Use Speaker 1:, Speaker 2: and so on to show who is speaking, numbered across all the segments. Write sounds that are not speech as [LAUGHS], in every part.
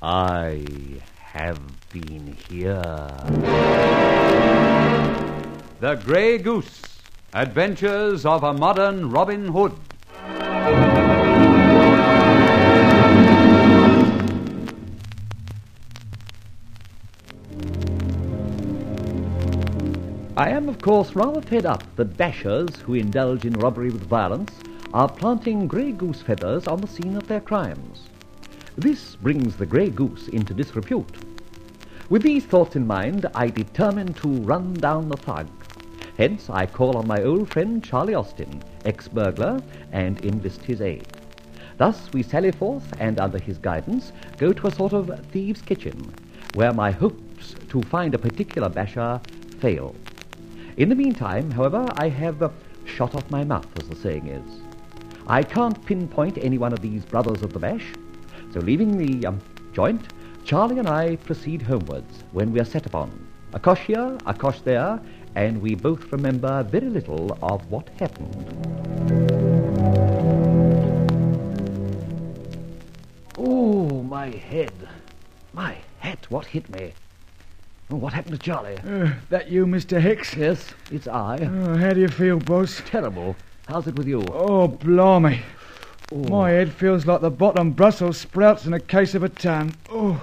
Speaker 1: I have been here. The Grey Goose Adventures of a Modern Robin Hood. I am, of course, rather fed up that bashers who indulge in robbery with violence are planting grey goose feathers on the scene of their crimes. This brings the grey goose into disrepute. With these thoughts in mind, I determine to run down the thug. Hence, I call on my old friend Charlie Austin, ex burglar, and enlist his aid. Thus, we sally forth and, under his guidance, go to a sort of thieves' kitchen, where my hopes to find a particular basher fail. In the meantime, however, I have uh, shot off my mouth, as the saying is. I can't pinpoint any one of these brothers of the bash, so leaving the um, joint, Charlie and I proceed homewards when we are set upon. A cosh here, a cosh there, and we both remember very little of what happened.
Speaker 2: Oh, my head. My hat, what hit me? Oh, what happened to Charlie?
Speaker 3: Uh, that you, Mr. Hicks?
Speaker 2: Yes, it's I.
Speaker 3: Oh, how do you feel, boss?
Speaker 2: Terrible. How's it with you?
Speaker 3: Oh, blimey. My head feels like the bottom Brussels sprouts in a case of a tan. Oh,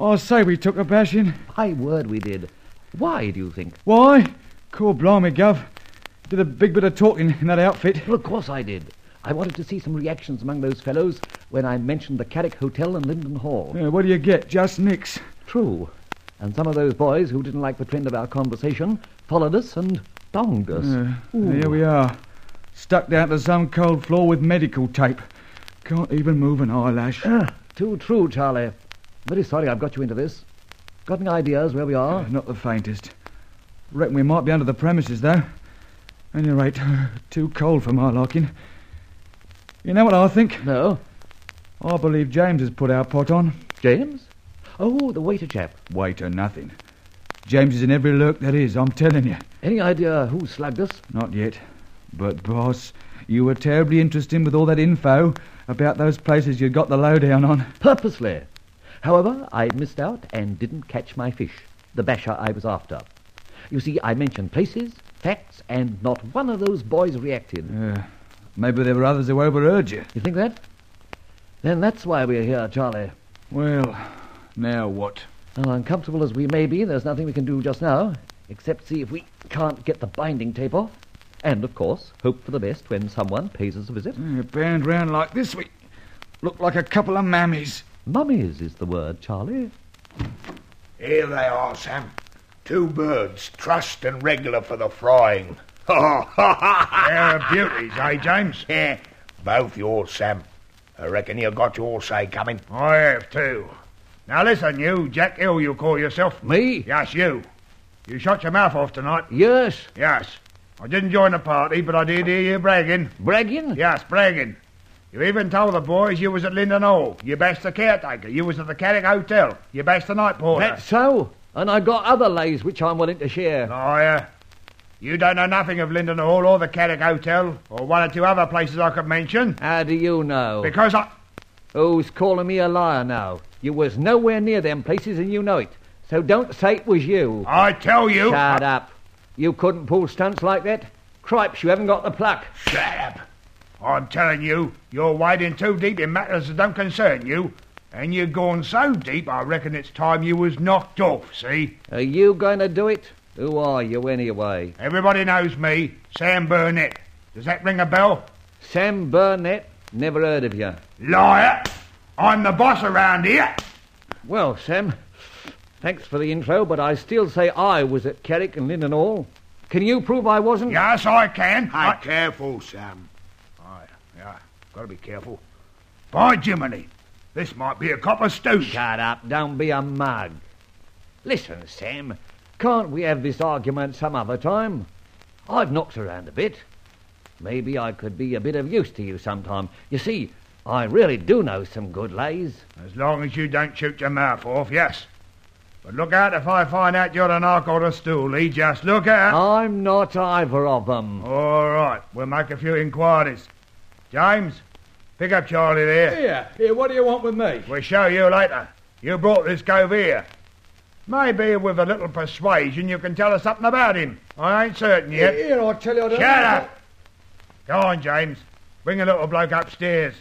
Speaker 3: I say we took a bashing.
Speaker 2: My word, we did. Why, do you think?
Speaker 3: Why? Cool blimey, Gov. Did a big bit of talking in that outfit.
Speaker 2: Well, of course I did. I wanted to see some reactions among those fellows when I mentioned the Carrick Hotel and Linden Hall.
Speaker 3: Uh, what do you get? Just nicks.
Speaker 2: True. And some of those boys who didn't like the trend of our conversation followed us and donged us.
Speaker 3: Uh, here we are. Stuck down to some cold floor with medical tape. Can't even move an eyelash. Uh,
Speaker 2: Too true, Charlie. Very sorry I've got you into this. Got any ideas where we are?
Speaker 3: Oh, not the faintest. Reckon we might be under the premises, though. Any rate, [LAUGHS] too cold for my liking. You know what I think?
Speaker 2: No.
Speaker 3: I believe James has put our pot on.
Speaker 2: James? Oh, the waiter chap.
Speaker 3: Wait or nothing. James is in every lurk that is, I'm telling you.
Speaker 2: Any idea who slugged us?
Speaker 3: Not yet. But, boss, you were terribly interesting with all that info about those places you got the lowdown on.
Speaker 2: Purposely. However, I missed out and didn't catch my fish, the basher I was after. You see, I mentioned places, facts, and not one of those boys reacted.
Speaker 3: Uh, maybe there were others who overheard you.
Speaker 2: You think that? Then that's why we're here, Charlie.
Speaker 3: Well, now what?
Speaker 2: Oh, uncomfortable as we may be, there's nothing we can do just now, except see if we can't get the binding tape off. And, of course, hope for the best when someone pays us a visit.
Speaker 3: Uh, bound round like this, we look like a couple of mammies.
Speaker 2: Mummies is the word, Charlie.
Speaker 4: Here they are, Sam. Two birds, trussed and regular for the frying. They're beauties, eh, James? Yeah, both yours, Sam. I reckon you got your say coming.
Speaker 5: I have too. Now listen, you, Jack Hill, you call yourself.
Speaker 2: Me?
Speaker 5: Yes, you. You shot your mouth off tonight.
Speaker 2: Yes.
Speaker 5: Yes. I didn't join the party, but I did hear you bragging.
Speaker 2: Bragging?
Speaker 5: Yes, bragging. You even told the boys you was at Linden Hall. You bashed the caretaker. You was at the Carrick Hotel. You bashed the night porter.
Speaker 2: That's so. And I got other lays which I'm willing to share.
Speaker 5: Liar. You don't know nothing of Linden Hall or the Carrick Hotel or one or two other places I could mention.
Speaker 2: How do you know?
Speaker 5: Because I...
Speaker 2: Who's calling me a liar now? You was nowhere near them places and you know it. So don't say it was you.
Speaker 5: I tell you...
Speaker 2: Shut up. You couldn't pull stunts like that. Cripes, you haven't got the pluck.
Speaker 5: Shut up. I'm telling you, you're wading too deep in matters that don't concern you. And you've gone so deep, I reckon it's time you was knocked off, see?
Speaker 2: Are you going to do it? Who are you anyway?
Speaker 5: Everybody knows me, Sam Burnett. Does that ring a bell?
Speaker 2: Sam Burnett? Never heard of you.
Speaker 5: Liar! I'm the boss around here.
Speaker 2: Well, Sam, thanks for the intro, but I still say I was at Carrick and Lynn and all. Can you prove I wasn't?
Speaker 5: Yes, I can.
Speaker 4: Hey,
Speaker 5: I...
Speaker 4: careful, Sam.
Speaker 5: I... Yeah, gotta be careful. By Jiminy, this might be a copper stew.
Speaker 2: Shut up. Don't be a mug. Listen, Sam, can't we have this argument some other time? I've knocked around a bit. Maybe I could be a bit of use to you sometime. You see, I really do know some good lays.
Speaker 5: As long as you don't shoot your mouth off, yes. But look out if I find out you're an arc or a stool, Lee. Just look out.
Speaker 2: I'm not either of them.
Speaker 5: All right, we'll make a few inquiries. James, pick up Charlie there.
Speaker 3: Here, here, what do you want with me?
Speaker 5: We'll show you later. You brought this cove here. Maybe with a little persuasion you can tell us something about him. I ain't certain yet.
Speaker 3: Here, I tell you, I don't
Speaker 5: Shut up! Go on, James. Bring the little bloke upstairs.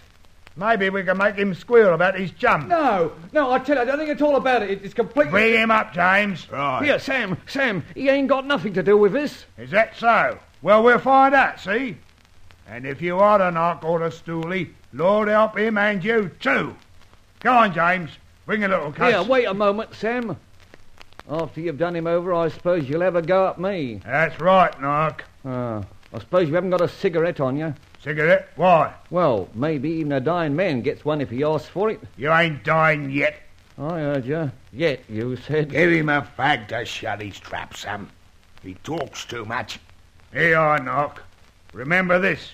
Speaker 5: Maybe we can make him squeal about his jump.
Speaker 3: No, no, I tell you, I don't think at all about it. It's completely.
Speaker 5: Bring him up, James. Right.
Speaker 2: Here, Sam, Sam, he ain't got nothing to do with this.
Speaker 5: Is that so? Well, we'll find out, see? And if you are an arc or a stoolie, Lord help him and you too. Go on, James. Bring a little cuss.
Speaker 2: Here, wait a moment, Sam. After you've done him over, I suppose you'll have a go at me.
Speaker 5: That's right, Narc.
Speaker 2: Uh, I suppose you haven't got a cigarette on you.
Speaker 5: Cigarette? Why?
Speaker 2: Well, maybe even a dying man gets one if he asks for it.
Speaker 5: You ain't dying yet.
Speaker 2: I heard you. Yet, you said.
Speaker 4: Give him a fag to shut his trap, Sam. He talks too much.
Speaker 5: Here you are, Narc. Remember this.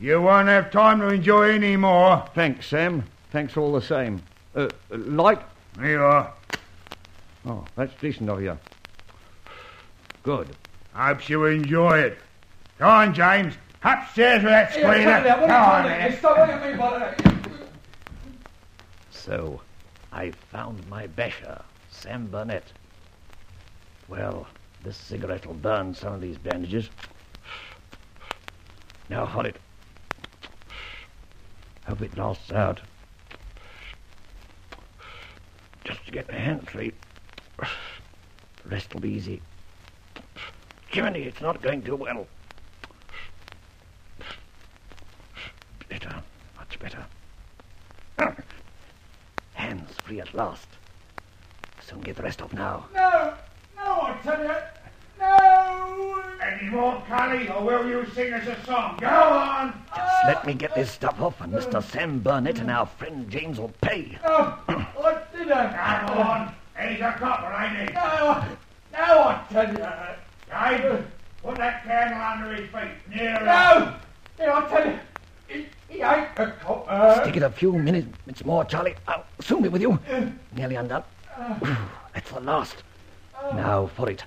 Speaker 5: You won't have time to enjoy any more.
Speaker 2: Thanks, Sam. Thanks all the same. Uh, light?
Speaker 5: Here you are.
Speaker 2: Oh, that's decent of you. Good.
Speaker 5: Hopes you enjoy it. Go on, James. Upstairs with that
Speaker 3: Here, I
Speaker 5: squealer.
Speaker 3: tell you, that, what do
Speaker 5: Go
Speaker 3: you
Speaker 5: on,
Speaker 3: call it?
Speaker 5: man.
Speaker 3: It's the way you mean by that.
Speaker 1: So, I found my basher, Sam Burnett. Well, this cigarette will burn some of these bandages. Now hold it. Hope it lasts out. Just to get my hand free. The rest will be easy. Jiminy, it's not going too well. Better, much better. Hands free at last. Soon get the rest off now.
Speaker 5: No, no, I tell you, no. Any more, Cully, or will you sing us a song? Go on.
Speaker 1: Just let me get this stuff off, and Mr. Sam Burnett and our friend James will pay.
Speaker 3: No, Oh, I didn't.
Speaker 5: Come on. He's a copper, ain't he?
Speaker 3: No, I- no, I tell you.
Speaker 5: Dave, put that candle under his feet. Nearer.
Speaker 3: No! Here, I tell you. He, he ain't a cop. Uh,
Speaker 1: Take it a few minutes it's more, Charlie. I'll soon be with you. Nearly undone. That's the last. Now for it.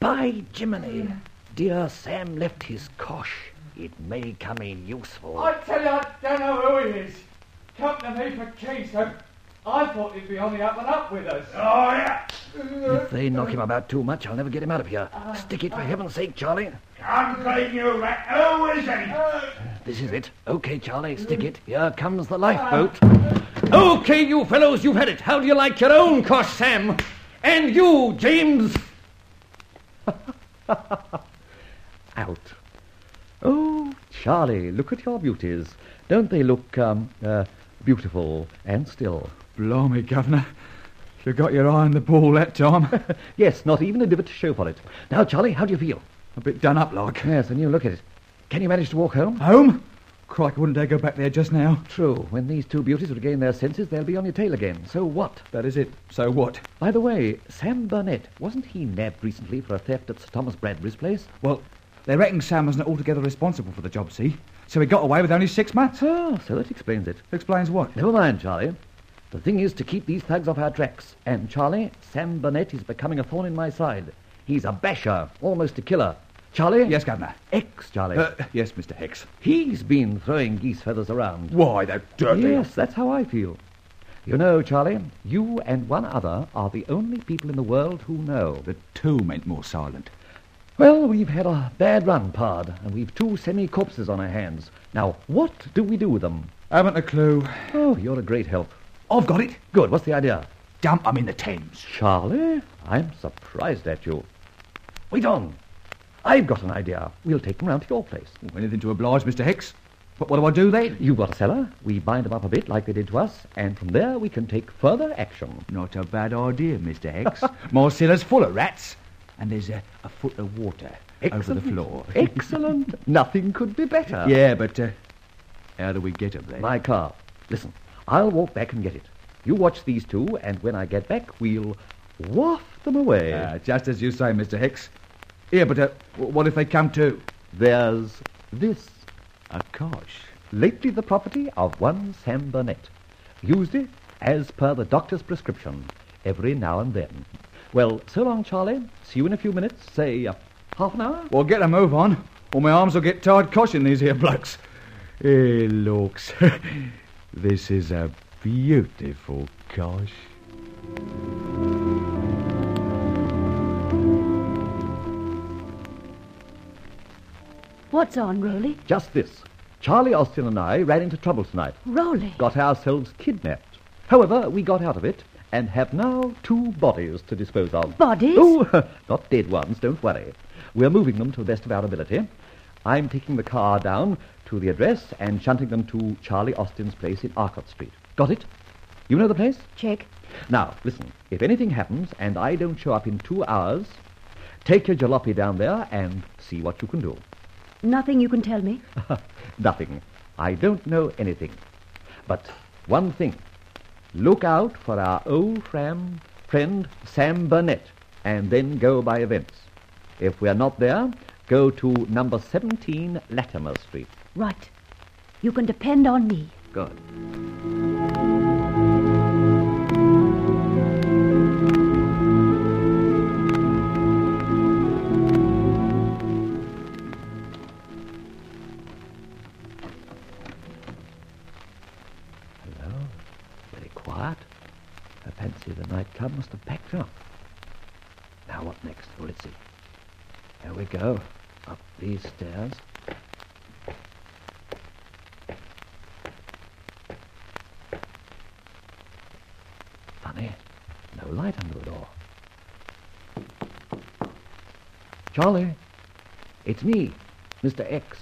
Speaker 1: By Jiminy, dear Sam left his kosh. It may come in useful.
Speaker 3: I tell you, I don't know who he is. Come to me for keys, so I thought he'd be on the up and up with us.
Speaker 5: Oh, yeah.
Speaker 1: If they knock him about too much, I'll never get him out of here. Stick it for heaven's sake, Charlie.
Speaker 5: Unclean you rat. Who is he?
Speaker 1: This is it. Okay, Charlie, stick it. Here comes the lifeboat. Okay, you fellows, you've had it. How do you like your own cosh, Sam? And you, James?
Speaker 2: [LAUGHS] Out. Oh, Charlie, look at your beauties. Don't they look, um, uh, beautiful and still?
Speaker 3: Blimey, Governor. You got your eye on the ball that [LAUGHS] time.
Speaker 2: Yes, not even a divot to show for it. Now, Charlie, how do you feel?
Speaker 3: a bit done up like.
Speaker 2: Yes, and you look at it. Can you manage to walk home?
Speaker 3: Home? Crikey, wouldn't dare go back there just now.
Speaker 2: True. When these two beauties regain their senses, they'll be on your tail again. So what?
Speaker 3: That is it. So what?
Speaker 2: By the way, Sam Burnett, wasn't he nabbed recently for a theft at Sir Thomas Bradbury's place?
Speaker 3: Well, they reckon Sam wasn't altogether responsible for the job, see? So he got away with only six months.
Speaker 2: Oh, so that explains it.
Speaker 3: Explains what?
Speaker 2: Never mind, Charlie. The thing is to keep these thugs off our tracks. And, Charlie, Sam Burnett is becoming a thorn in my side. He's a basher, almost a killer. Charlie?
Speaker 3: Yes, Governor.
Speaker 2: Ex, Charlie.
Speaker 3: Uh, yes, Mr. Hicks.
Speaker 2: He's been throwing geese feathers around.
Speaker 3: Why, the dirty...
Speaker 2: Yes, that's how I feel. You know, Charlie, you and one other are the only people in the world who know.
Speaker 3: The two meant more silent.
Speaker 2: Well, we've had a bad run, Pard, and we've two semi-corpses on our hands. Now, what do we do with them?
Speaker 3: Haven't a clue.
Speaker 2: Oh, you're a great help.
Speaker 3: I've got it.
Speaker 2: Good, what's the idea?
Speaker 3: Dump 'em in the Thames.
Speaker 2: Charlie, I'm surprised at you. Wait on. I've got an idea. We'll take them round to your place.
Speaker 3: Anything to oblige, Mr. Hicks. But what do I do then?
Speaker 2: You've got a cellar. We bind them up a bit like they did to us, and from there we can take further
Speaker 3: [LAUGHS]
Speaker 2: action.
Speaker 3: Not a bad idea, Mr. Hicks. [LAUGHS] My cellar's full of rats, and there's a, a foot of water over the floor.
Speaker 2: Excellent. Nothing could be better.
Speaker 3: Yeah, but uh, how do we get 'em then?
Speaker 2: My car. Listen, I'll walk back and get it. You watch these two, and when I get back, we'll waft them away.
Speaker 3: Uh, just as you say, Mr. Hicks. Yeah, but uh, w- what if they come too?
Speaker 2: There's this.
Speaker 3: A cosh.
Speaker 2: Lately the property of one Sam Burnett. Used it as per the doctor's prescription every now and then. Well, so long, Charlie. See you in a few minutes. Say, uh, half an hour?
Speaker 3: Well, get a move on, or my arms will get tired coshing these here blokes. Eh, looks. [LAUGHS] this is a beautiful cosh.
Speaker 6: What's on, Roly?
Speaker 2: Just this. Charlie Austin and I ran into trouble tonight.
Speaker 6: Roly.
Speaker 2: Got ourselves kidnapped. However, we got out of it and have now two bodies to dispose of.
Speaker 6: Bodies?
Speaker 2: Oh, [LAUGHS] not dead ones, don't worry. We're moving them to the best of our ability. I'm taking the car down to the address and shunting them to Charlie Austin's place in Arcot Street. Got it? You know the place?
Speaker 6: Check.
Speaker 2: Now, listen, if anything happens and I don't show up in two hours, take your jalopy down there and see what you can do.
Speaker 6: Nothing you can tell me.
Speaker 2: [LAUGHS] Nothing. I don't know anything. But one thing. Look out for our old fram, friend Sam Burnett and then go by events. If we're not there, go to number 17 Latimer Street.
Speaker 6: Right. You can depend on me.
Speaker 2: Good. Hello. Very quiet. I fancy the nightclub must have packed up. Now what next? Well, let's see. Here we go. Up these stairs. Funny. No light under the door. Charlie, it's me, Mr. X.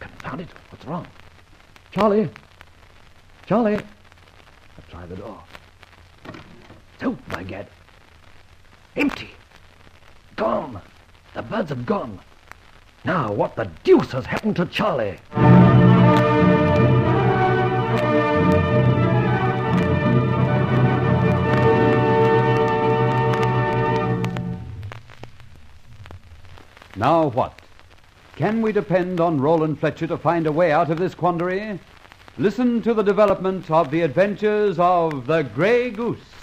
Speaker 2: Confound it. What's wrong? Charlie! Charlie! I'll try the door. So, by gad. Empty! Gone! The birds have gone. Now, what the deuce has happened to Charlie?
Speaker 7: Now what? Can we depend on Roland Fletcher to find a way out of this quandary? Listen to the development of the adventures of the Grey Goose.